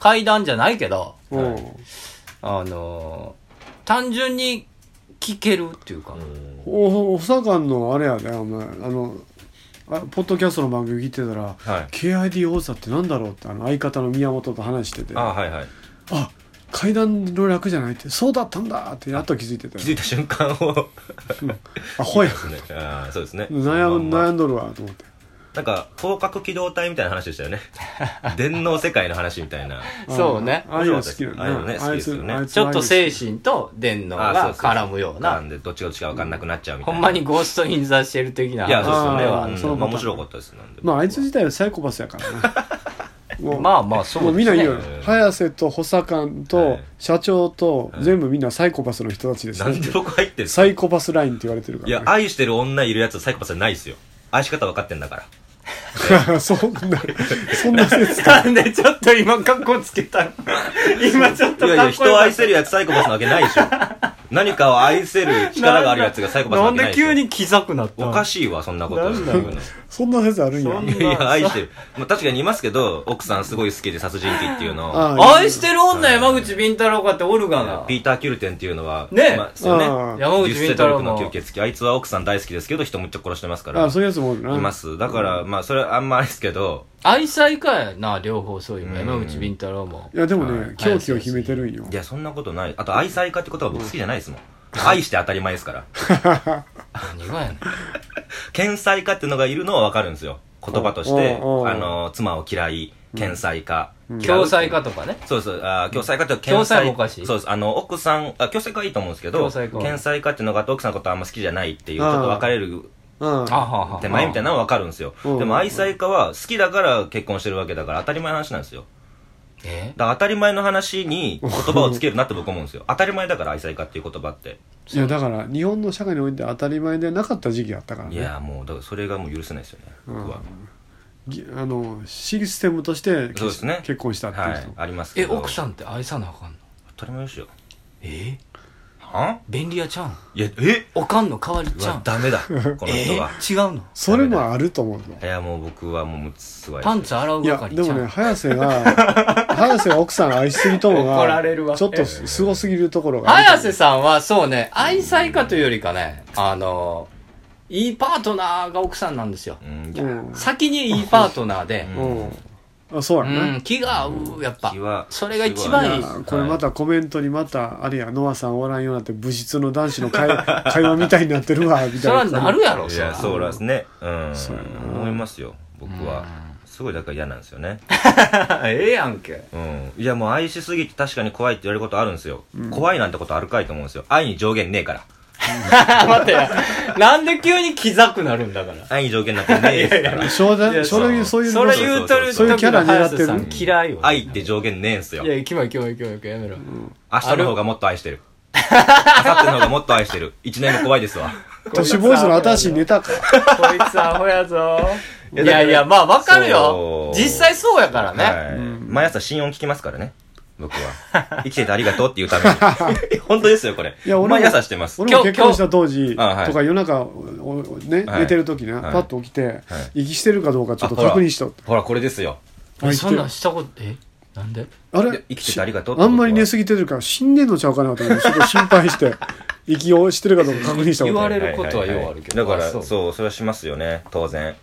Speaker 2: 階段じゃないけど、
Speaker 1: うん
Speaker 2: あの、単純に聞けるっていうか。
Speaker 3: うん
Speaker 1: お補佐官のあれやでお前あのあポッドキャストの番組聞いてたら
Speaker 3: はい
Speaker 1: KID 王座ってなんだろうってあの相方の宮本と話してて
Speaker 3: あはいはい
Speaker 1: あ階段の楽じゃないってそうだったんだってやっと気づいてた
Speaker 3: 気づ
Speaker 1: よ
Speaker 3: いた瞬間を
Speaker 1: あほや
Speaker 3: ねあーそうですね
Speaker 1: 悩
Speaker 3: ま
Speaker 1: む
Speaker 3: んま
Speaker 1: 悩んどるわと思って
Speaker 3: なんか広角機動隊みたいな話でしたよね電脳世界の話みたいな
Speaker 2: そうね
Speaker 1: ああいうの好きなん
Speaker 3: ああいうのね
Speaker 1: だあい
Speaker 3: 好きです
Speaker 1: つ
Speaker 3: よね
Speaker 1: あいつ
Speaker 2: ちょっと精
Speaker 1: 神
Speaker 2: 神と電脳
Speaker 3: あーそう
Speaker 2: が
Speaker 3: そうそう
Speaker 2: 絡むような
Speaker 3: 絡ん。でどっちがどっちか分かんなくなっちゃうみた
Speaker 2: ほ
Speaker 3: いなん
Speaker 2: まにゴースト・イン・ザ・シェル的ない
Speaker 3: やそうですよね
Speaker 2: あー
Speaker 1: うん
Speaker 3: うん
Speaker 1: そのパターン
Speaker 3: まあ面白かったですなんで
Speaker 1: まああいつ自体はサイコパスやから
Speaker 3: (laughs)
Speaker 1: なもう
Speaker 2: まあまあ、そう
Speaker 1: もうみん
Speaker 2: で
Speaker 1: な
Speaker 2: すね
Speaker 1: 言うよ早瀬と補佐官
Speaker 3: は
Speaker 1: と
Speaker 3: い
Speaker 1: 社長と
Speaker 3: はい
Speaker 1: 全部みんなサイコパスの人たちです
Speaker 3: な
Speaker 1: よ
Speaker 3: んで僕入ってる
Speaker 1: サイコパスラインって言われてるか
Speaker 3: いや
Speaker 1: ら、
Speaker 3: 愛してる女いるやつサイコパスじゃないですよ。愛し方分かってんだから。
Speaker 1: ね (laughs) そんなそんな説
Speaker 3: (laughs)
Speaker 2: なんでちょっと今、格好つけたの今ちょっと
Speaker 3: いやいや、
Speaker 2: 格好
Speaker 3: 人を愛せるやつサイコパスなわけないでしょ。何かを愛せる力があるやつがサイコパスな
Speaker 2: な
Speaker 3: わ
Speaker 2: ん
Speaker 3: けない
Speaker 2: で
Speaker 3: でしょ。
Speaker 2: 急にキザくなった
Speaker 3: おか
Speaker 2: し
Speaker 3: しいわ、そんなこと。
Speaker 2: なんだ
Speaker 3: 言うの
Speaker 1: そんな説あるんや
Speaker 2: そん
Speaker 3: (laughs) いやいや、愛してる。まあ確かにいますけど、奥さんすごい好きで殺人鬼っていうのを。
Speaker 1: ああ
Speaker 2: 愛してる女山口敏太郎かっておるがな。
Speaker 3: ピーター・キュルテンっていうのは、
Speaker 2: ねえ
Speaker 3: まあですよね。
Speaker 1: あ
Speaker 2: 山口敏
Speaker 3: 10世
Speaker 2: 太
Speaker 3: 代
Speaker 2: 郎
Speaker 3: 奥の
Speaker 2: も
Speaker 3: 吸。血鬼。あいつは奥さん大好きですけど、人むっちゃ殺してますか
Speaker 1: あ
Speaker 3: ら。
Speaker 1: そういうやつもおるない
Speaker 3: ます。だから、まあそれはあんまあれですけど、
Speaker 2: 愛妻家やな、両方そういう
Speaker 3: うん
Speaker 2: の。山口敏太郎も
Speaker 1: い。やでも
Speaker 3: は
Speaker 1: ね
Speaker 3: い
Speaker 1: 狂気を秘めてるんよ
Speaker 3: いや、そんなことない。あと、愛妻家って言葉僕好きじゃないですもん。愛して当たり前ですから。
Speaker 2: 何がやねん。
Speaker 3: 天才家っていうのがいるのはわかるんですよ言葉としてあ
Speaker 1: おうおう
Speaker 3: の妻を嫌い天才家
Speaker 2: 共済家とかね。
Speaker 3: そうそうあー共済家って
Speaker 2: 共済
Speaker 3: 天才
Speaker 2: もおかしい
Speaker 3: そうですあの奥さんあ共済家はいいと思うんですけ
Speaker 2: 共
Speaker 3: ど
Speaker 2: 済家
Speaker 3: 天才家っていうのがあと奥さんのことあんま好きじゃないっていうち
Speaker 1: あ
Speaker 3: ょ
Speaker 1: ー
Speaker 3: っと別れる
Speaker 1: うん
Speaker 2: あはは
Speaker 3: 手前みたい
Speaker 2: な。
Speaker 3: なのはわかるんですよ
Speaker 1: うん
Speaker 3: でも愛妻家は好きだから結婚してるわけだから当たり前の話なんですよ
Speaker 2: え
Speaker 3: だから当たり前の話に言葉をつけるなって僕思うんですよ当たり前だから愛妻家っていう言葉って
Speaker 1: いやだから日本の社会において当たり前でなかった時期だったから
Speaker 3: い
Speaker 1: ね
Speaker 3: やもうだからそれがもう許せないですよね僕は
Speaker 1: ぎあのシステムとして
Speaker 3: そうですね
Speaker 1: 結婚したってい
Speaker 3: は
Speaker 1: う
Speaker 3: い
Speaker 1: 人
Speaker 3: ありますけ
Speaker 2: え、
Speaker 3: ど
Speaker 2: 奥さんって愛さなあかんの
Speaker 3: 当たり前ですよ
Speaker 2: え
Speaker 3: ん
Speaker 2: 便利屋ちゃうん
Speaker 3: いやえ
Speaker 2: おかんの代わり
Speaker 3: う
Speaker 2: ちゃ
Speaker 3: わ
Speaker 2: うん
Speaker 3: ダ
Speaker 2: (laughs)
Speaker 3: メだこの人
Speaker 2: え
Speaker 3: は
Speaker 2: ー、違うの
Speaker 1: それもあると思うの
Speaker 3: いやもう僕はもうすごい
Speaker 2: パンツ洗う
Speaker 1: いや
Speaker 2: 係
Speaker 1: で
Speaker 2: ちゃ
Speaker 1: も
Speaker 2: う
Speaker 1: ね早瀬
Speaker 3: (laughs)
Speaker 1: が早瀬が奥さんを愛しすぎともが
Speaker 2: 怒られるわ
Speaker 1: ちょっとすごすぎるところがある
Speaker 2: 綾瀬さんはそうね愛妻家というよりかねあのいいパートナーが奥さんなんですよ
Speaker 3: うんいや
Speaker 1: うん
Speaker 2: 先にいいパートナーで
Speaker 3: う
Speaker 1: うんあそう
Speaker 2: う
Speaker 1: や
Speaker 2: ん、
Speaker 1: ね、
Speaker 2: 気が合うやっぱ
Speaker 3: 気は
Speaker 2: それが一番いい
Speaker 1: いやこれまたコメントにまたあれやノアさんおらんようになって武術の男子の
Speaker 3: (laughs)
Speaker 1: 会会話みたいになってるわみ
Speaker 2: そ
Speaker 1: た
Speaker 2: れはい
Speaker 1: な
Speaker 2: なるやろ
Speaker 3: い
Speaker 2: それ
Speaker 3: やそうですねうん
Speaker 1: そうやな
Speaker 3: 思いますよ僕はすごいだから嫌なんですよね
Speaker 2: (laughs) ええやんけ
Speaker 3: うんいやもう愛しすぎて確かに怖いって言われることあるんですよ怖いなんてことあるかいと思うんですよ愛に上限ねえから
Speaker 2: あ待ってやなんで急にキザくなるんだから
Speaker 3: 愛に上限なんてねえですか
Speaker 1: 正
Speaker 3: ら
Speaker 2: いや
Speaker 1: 直正直そういう
Speaker 2: そ
Speaker 1: の
Speaker 2: れ言うとる
Speaker 3: そう
Speaker 1: いう
Speaker 2: 時
Speaker 1: キャ
Speaker 2: の
Speaker 1: ラ狙
Speaker 2: 早
Speaker 1: って
Speaker 2: 瀬
Speaker 1: る
Speaker 2: さん嫌いわ
Speaker 3: 愛って上限ねえんすよ
Speaker 2: いや行きま行きま行きま行きまやめろ
Speaker 3: 明日の方がもっと愛してる明後日の方がもっと愛してる1年も怖いですわ
Speaker 1: 都市ボーイズの新しいネタか
Speaker 2: こいつアホやぞ。い
Speaker 3: いやだか
Speaker 2: や
Speaker 3: ら
Speaker 2: いや、まあわかるよ
Speaker 3: そ。う
Speaker 2: 実際そうやからね。
Speaker 3: はい毎朝心音聞きますからね僕は生きててありがとうっていう
Speaker 1: (laughs)
Speaker 3: ために本当ですよこれ
Speaker 1: いや俺も
Speaker 3: 毎朝してます
Speaker 1: 俺も結婚した当時と
Speaker 3: 今日今日
Speaker 1: か夜中おおね
Speaker 3: はい
Speaker 1: 寝てる時な
Speaker 3: はい
Speaker 1: パッと起きて息してるかどうかちょっと
Speaker 3: あほら
Speaker 1: 確認しとって
Speaker 3: ほらこれですよ
Speaker 1: あ
Speaker 2: そんなん
Speaker 1: 生きて
Speaker 2: したこと、えなんで
Speaker 1: るあ
Speaker 3: いや
Speaker 1: れ
Speaker 3: 生きててありがとうって
Speaker 1: あ
Speaker 3: ことは
Speaker 1: んまり寝すぎてるから死んでんのちゃうかなと思ってちょっと心配して
Speaker 3: (laughs)
Speaker 1: 息をしてるかどうか確認したこ
Speaker 2: 言
Speaker 1: と
Speaker 2: わ
Speaker 1: あ
Speaker 2: れ
Speaker 1: る
Speaker 2: ることはようあるけど。
Speaker 3: だから
Speaker 2: あ
Speaker 3: そう
Speaker 2: そう。
Speaker 3: それはしますよね当然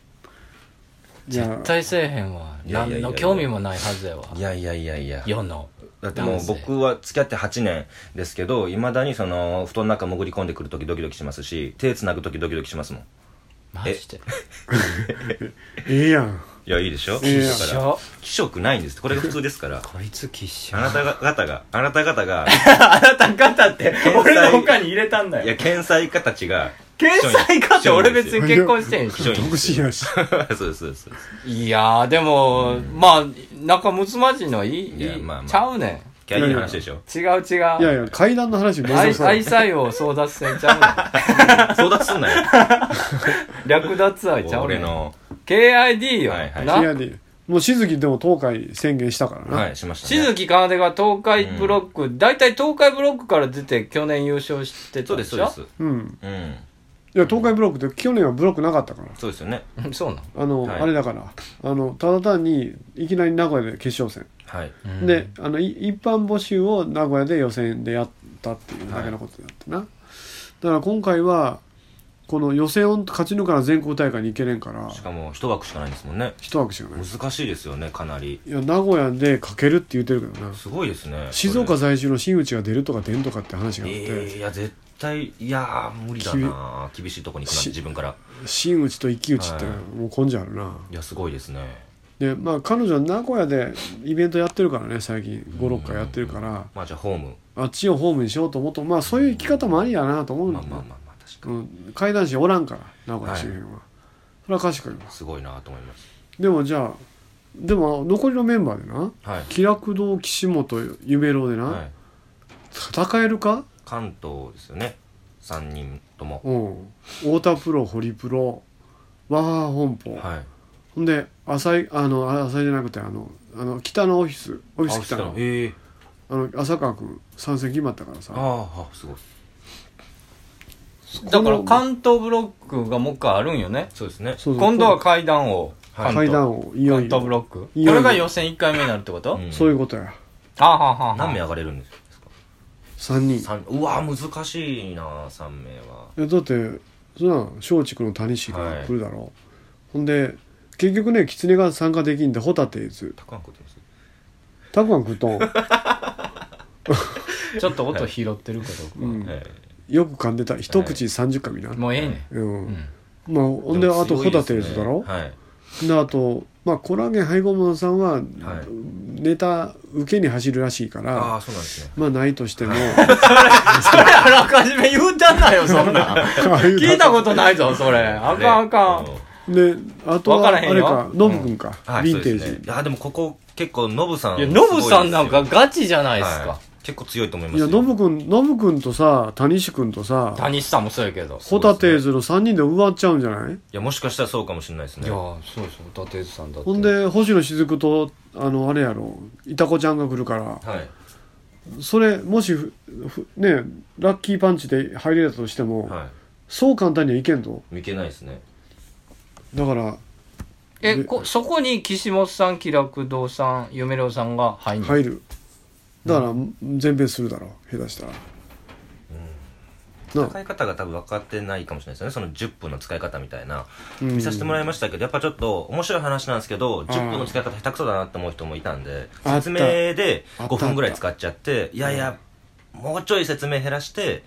Speaker 1: いや
Speaker 2: 絶対せえへんわ。
Speaker 3: いやいや
Speaker 2: 何
Speaker 3: いやいや
Speaker 2: の興味もないはずやわ
Speaker 3: い。やいやいやいや
Speaker 2: 世の。
Speaker 3: だってもう僕は付き合って8年ですけどいまだにその布団の中潜り込んでくる時ドキドキしますし手つなぐ時ドキドキしますもん
Speaker 2: マジで。
Speaker 1: ええやん
Speaker 3: いやいいでしょ
Speaker 1: いや
Speaker 3: だ
Speaker 2: し
Speaker 3: から
Speaker 2: ょ。
Speaker 3: 気色ないんですこれが普通ですから
Speaker 2: こいつきっしょ。
Speaker 3: あなた方があなた方が
Speaker 2: あなた方って、俺の他に入れたんだ
Speaker 3: いや
Speaker 2: よ。
Speaker 3: 天才家たちが
Speaker 2: 天才かって俺別に結婚してへんし
Speaker 3: 一。緒
Speaker 1: 独
Speaker 3: に
Speaker 1: 身やし
Speaker 3: (laughs) そうですそうですそうです
Speaker 2: いやー、でも、まあ、仲睦まじいのはいい
Speaker 3: いやまあまあ
Speaker 2: ちゃうね
Speaker 3: キャリーの話でしょ
Speaker 2: ん。違う違う。
Speaker 1: いやいや階段の話も
Speaker 2: 愛愛妻を争奪戦ちゃうねん。
Speaker 1: (laughs)
Speaker 3: 争奪すんなよ
Speaker 2: 略奪愛ちゃうね
Speaker 3: 俺
Speaker 2: ん
Speaker 3: の
Speaker 2: KID よ、
Speaker 3: はいはい
Speaker 1: い
Speaker 2: な
Speaker 1: やでもう静木でも東海宣言したからな、
Speaker 3: はいしましたね
Speaker 2: 静木かなでが東海ブロック大体、東海ブロックから出て去年優勝して
Speaker 3: そ
Speaker 2: た
Speaker 3: う
Speaker 2: で
Speaker 3: で
Speaker 2: し
Speaker 3: すそうで
Speaker 2: ょ
Speaker 3: す
Speaker 1: うん
Speaker 3: うん
Speaker 1: いや東海ブロックって去年はブロックなかったから
Speaker 3: そうですよね
Speaker 2: うんそうな
Speaker 1: あの、
Speaker 3: はい
Speaker 1: あれだからあのただ単にいきなり名古屋で決勝戦、
Speaker 3: はい
Speaker 2: の
Speaker 1: であのい一般募集を名古屋で予選でやったっていうだけのことだったな、だから今回はこの予選を勝ち抜かな全国大会に行けれんから
Speaker 3: しかも一枠しかないんですもんね
Speaker 1: 一枠しかない
Speaker 3: 難しいですよねかなり
Speaker 1: いや名古屋でかけるって言ってるけどな
Speaker 3: すごいですね
Speaker 1: 静岡
Speaker 3: さ
Speaker 1: 在住の新内が出るとか出んとかって話があって、
Speaker 3: いや絶対いやー無理だな厳しいとこに行くな
Speaker 1: し
Speaker 3: 自分から
Speaker 1: 新内と一騎打ちって
Speaker 3: はい
Speaker 1: もう根性あるな、
Speaker 3: いやすごいですね
Speaker 1: でまあ彼女は名古屋でイベントやってるからね最近56回やってるから
Speaker 3: まあじゃあホーム
Speaker 1: あっちをホームにしようと思うとまあそういう生き方もありやなと思うん
Speaker 3: ま
Speaker 1: だ
Speaker 3: あ
Speaker 1: よ、
Speaker 3: まあまあまあ確か
Speaker 1: うん、怪談師おらんから名古屋周辺は、それは賢いわ
Speaker 3: にすごいなと思います
Speaker 1: でもじゃあでも残りのメンバーでな
Speaker 3: はい
Speaker 1: 気楽堂岸本夢郎でな、
Speaker 3: はい
Speaker 1: 戦えるか、
Speaker 3: 関東ですよね3人とも
Speaker 1: うん、太田プロ堀プロ和ハ本舗、
Speaker 3: はい
Speaker 1: ほんで浅いあのあ浅いじゃなくてあのあの北のオフィスオフィス北の
Speaker 3: ええ
Speaker 1: あの浅川君参戦決まったからさ
Speaker 3: ああすごい
Speaker 2: だから関東ブロックがもう一回あるんよね
Speaker 3: そうですね
Speaker 1: そうそう
Speaker 2: 今度は階段王関東
Speaker 1: 階段をいよい
Speaker 2: 関東ブ
Speaker 1: よ
Speaker 2: ロック
Speaker 1: いよいよ
Speaker 2: これが予選1回目になるってこと、
Speaker 3: うん
Speaker 1: そういうことや
Speaker 2: あははは
Speaker 3: 何名上がれるんですか
Speaker 1: 3人
Speaker 3: 三うわ難しいな3名は
Speaker 1: えだってそんなん松竹の谷氏が来るだろう、ほんで結局ね狐が参加できんでホタテイズ
Speaker 3: たくあん食ってます
Speaker 1: たくあん食っとん
Speaker 2: ちょっと音拾ってるけど、
Speaker 1: うん
Speaker 3: え
Speaker 1: よく噛んでた一口30噛みな、
Speaker 2: もうええね
Speaker 1: うん
Speaker 2: ん、うん、
Speaker 1: まあほんで
Speaker 3: も
Speaker 1: あと
Speaker 3: すご
Speaker 1: ホ
Speaker 3: いで
Speaker 1: タ
Speaker 3: す
Speaker 1: テ
Speaker 3: ね
Speaker 1: イズだろ、
Speaker 3: はい
Speaker 1: であとまあコラーゲン配合物さんは
Speaker 3: はい
Speaker 1: ネタ受けに走るらしいから、
Speaker 3: ああそうなんですね
Speaker 1: まあないとしても
Speaker 2: それあらかじめ言うたんなよそ
Speaker 1: (laughs)
Speaker 2: んなん聞いたことないぞそれあかんあかん
Speaker 3: で
Speaker 1: であと
Speaker 2: わ
Speaker 1: は
Speaker 2: から
Speaker 1: あ
Speaker 2: へん
Speaker 1: れ
Speaker 2: よ
Speaker 1: かノブくんか、
Speaker 3: はい
Speaker 1: ヴィンテー
Speaker 3: そうですね
Speaker 1: ジ
Speaker 3: いやでもここ結構ノブさん
Speaker 2: いや、ノブさんなんか
Speaker 3: すごい
Speaker 2: ガチじゃな
Speaker 3: で
Speaker 2: いですす
Speaker 3: よ
Speaker 2: か
Speaker 3: は。い結構強いと思いま
Speaker 1: い
Speaker 3: す
Speaker 1: や
Speaker 3: よ
Speaker 1: ノブくんノブくんとさ谷志くんとさ
Speaker 2: 谷下もそうやけど。
Speaker 1: ホタテイズの3人で奪っちゃうんじゃない
Speaker 3: いやもしかしたらそうかもしれないです
Speaker 2: い
Speaker 3: ね
Speaker 2: や、そうそう、ホタテさんだって。
Speaker 1: ほん、で星野雫とあのあれやろいたこちゃんが来るから
Speaker 3: はい
Speaker 1: それもしふふねラッキーパンチで入れたとしても、
Speaker 3: は
Speaker 1: そう簡単にはいけんと
Speaker 3: いいけないですね
Speaker 1: だから
Speaker 2: え
Speaker 1: で
Speaker 2: こそこに岸本さん喜楽堂さん嫁郎さんが入んの
Speaker 1: 入るだから全編するだろう下手したら、なあ
Speaker 3: 使い方が多分分かってないかもしれないですよねその10分の使い方みたいな、
Speaker 1: うん
Speaker 3: 見させてもらいましたけどやっぱちょっと面白い話なんですけど10分の使い方下手くそだなって思う人もいたんで
Speaker 1: あった
Speaker 3: 説明で
Speaker 1: あった
Speaker 3: 5分ぐらい使っちゃっていやいやもうちょい説明減らして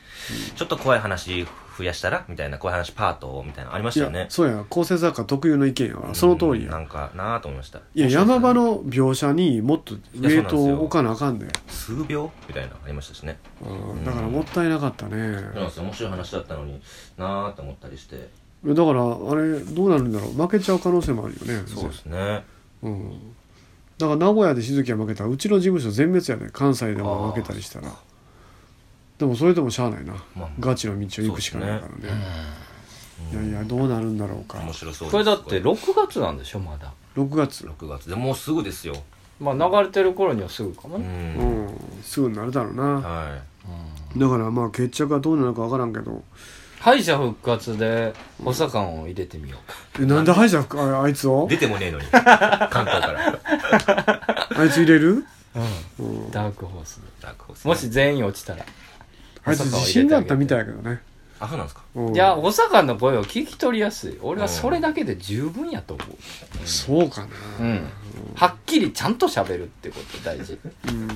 Speaker 3: ちょっと怖い話増やしたらみたいな怖い話パートをみたいなのありまし
Speaker 1: い
Speaker 3: たよ
Speaker 1: や、
Speaker 3: ね
Speaker 1: そうや構成作家特有の意見やわその通り
Speaker 3: うん
Speaker 1: や、
Speaker 3: なんかなあと思いました
Speaker 1: いや山場
Speaker 3: の
Speaker 1: の描写にもっとウェイトを置かなあかんで、
Speaker 3: 数秒みたいなのありましたしね
Speaker 1: うんだからもったいなかったね、
Speaker 3: そうなんですよ面白い話だったのになあって思ったりして
Speaker 1: だからあれどうなるんだろう負けちゃう可能性もあるよね
Speaker 3: そうですね
Speaker 1: うん、だから名古屋で静木は負けたらうちの事務所全滅やね関西でも負けたりしたらでもそれでもしゃあないな、
Speaker 3: まあ
Speaker 1: ガチの道を行くしかないからねいやいやどうなるんだろうか
Speaker 3: 面白そうです
Speaker 2: これだって6月なんでしょまだ
Speaker 1: 6月
Speaker 3: 6月でもうすぐですよ
Speaker 2: まあ流れてる頃にはすぐかも
Speaker 3: う
Speaker 2: ね、
Speaker 1: うんんすぐになるだろうな
Speaker 3: は
Speaker 1: だからまあ決着はどうなるか分からんけど
Speaker 2: 敗者復活で補佐官を入れてみようか、
Speaker 1: えなんで敗者復ああいつを
Speaker 3: い出てもねえ
Speaker 2: (laughs)
Speaker 3: のに関東から
Speaker 1: あいつ入れる
Speaker 2: うんダークホースで
Speaker 3: ダークホース
Speaker 2: もし全員落ちたら、
Speaker 1: あいつ自信だったみたいやけどね、
Speaker 3: あそうなんですか
Speaker 1: うん
Speaker 2: いや補佐官の声を聞き取りやすい俺はそれだけで十分やと思
Speaker 1: そうかな
Speaker 2: う、うんはっきりちゃんと喋るってこと大事、うん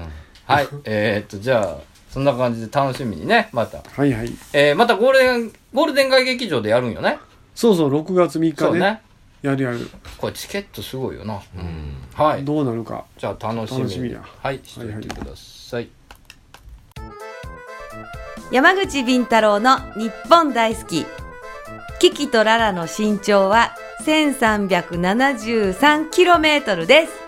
Speaker 1: (laughs)
Speaker 2: はいえー、っとじゃあそんな感じで楽しみにねまた、
Speaker 1: はいはい
Speaker 2: えー、またゴールデンゴールデン街劇場でやるんよね
Speaker 1: そうそう6月3日
Speaker 2: そう
Speaker 1: ね
Speaker 2: ね
Speaker 1: やるやる
Speaker 2: これチケットすごいよな、
Speaker 3: うん
Speaker 2: はい
Speaker 1: どうなるか
Speaker 2: じゃあ楽しみに
Speaker 1: 楽しみや
Speaker 2: はいしておいてください
Speaker 6: 山口敏太郎の日本大好きキキとララの身長は 1373km です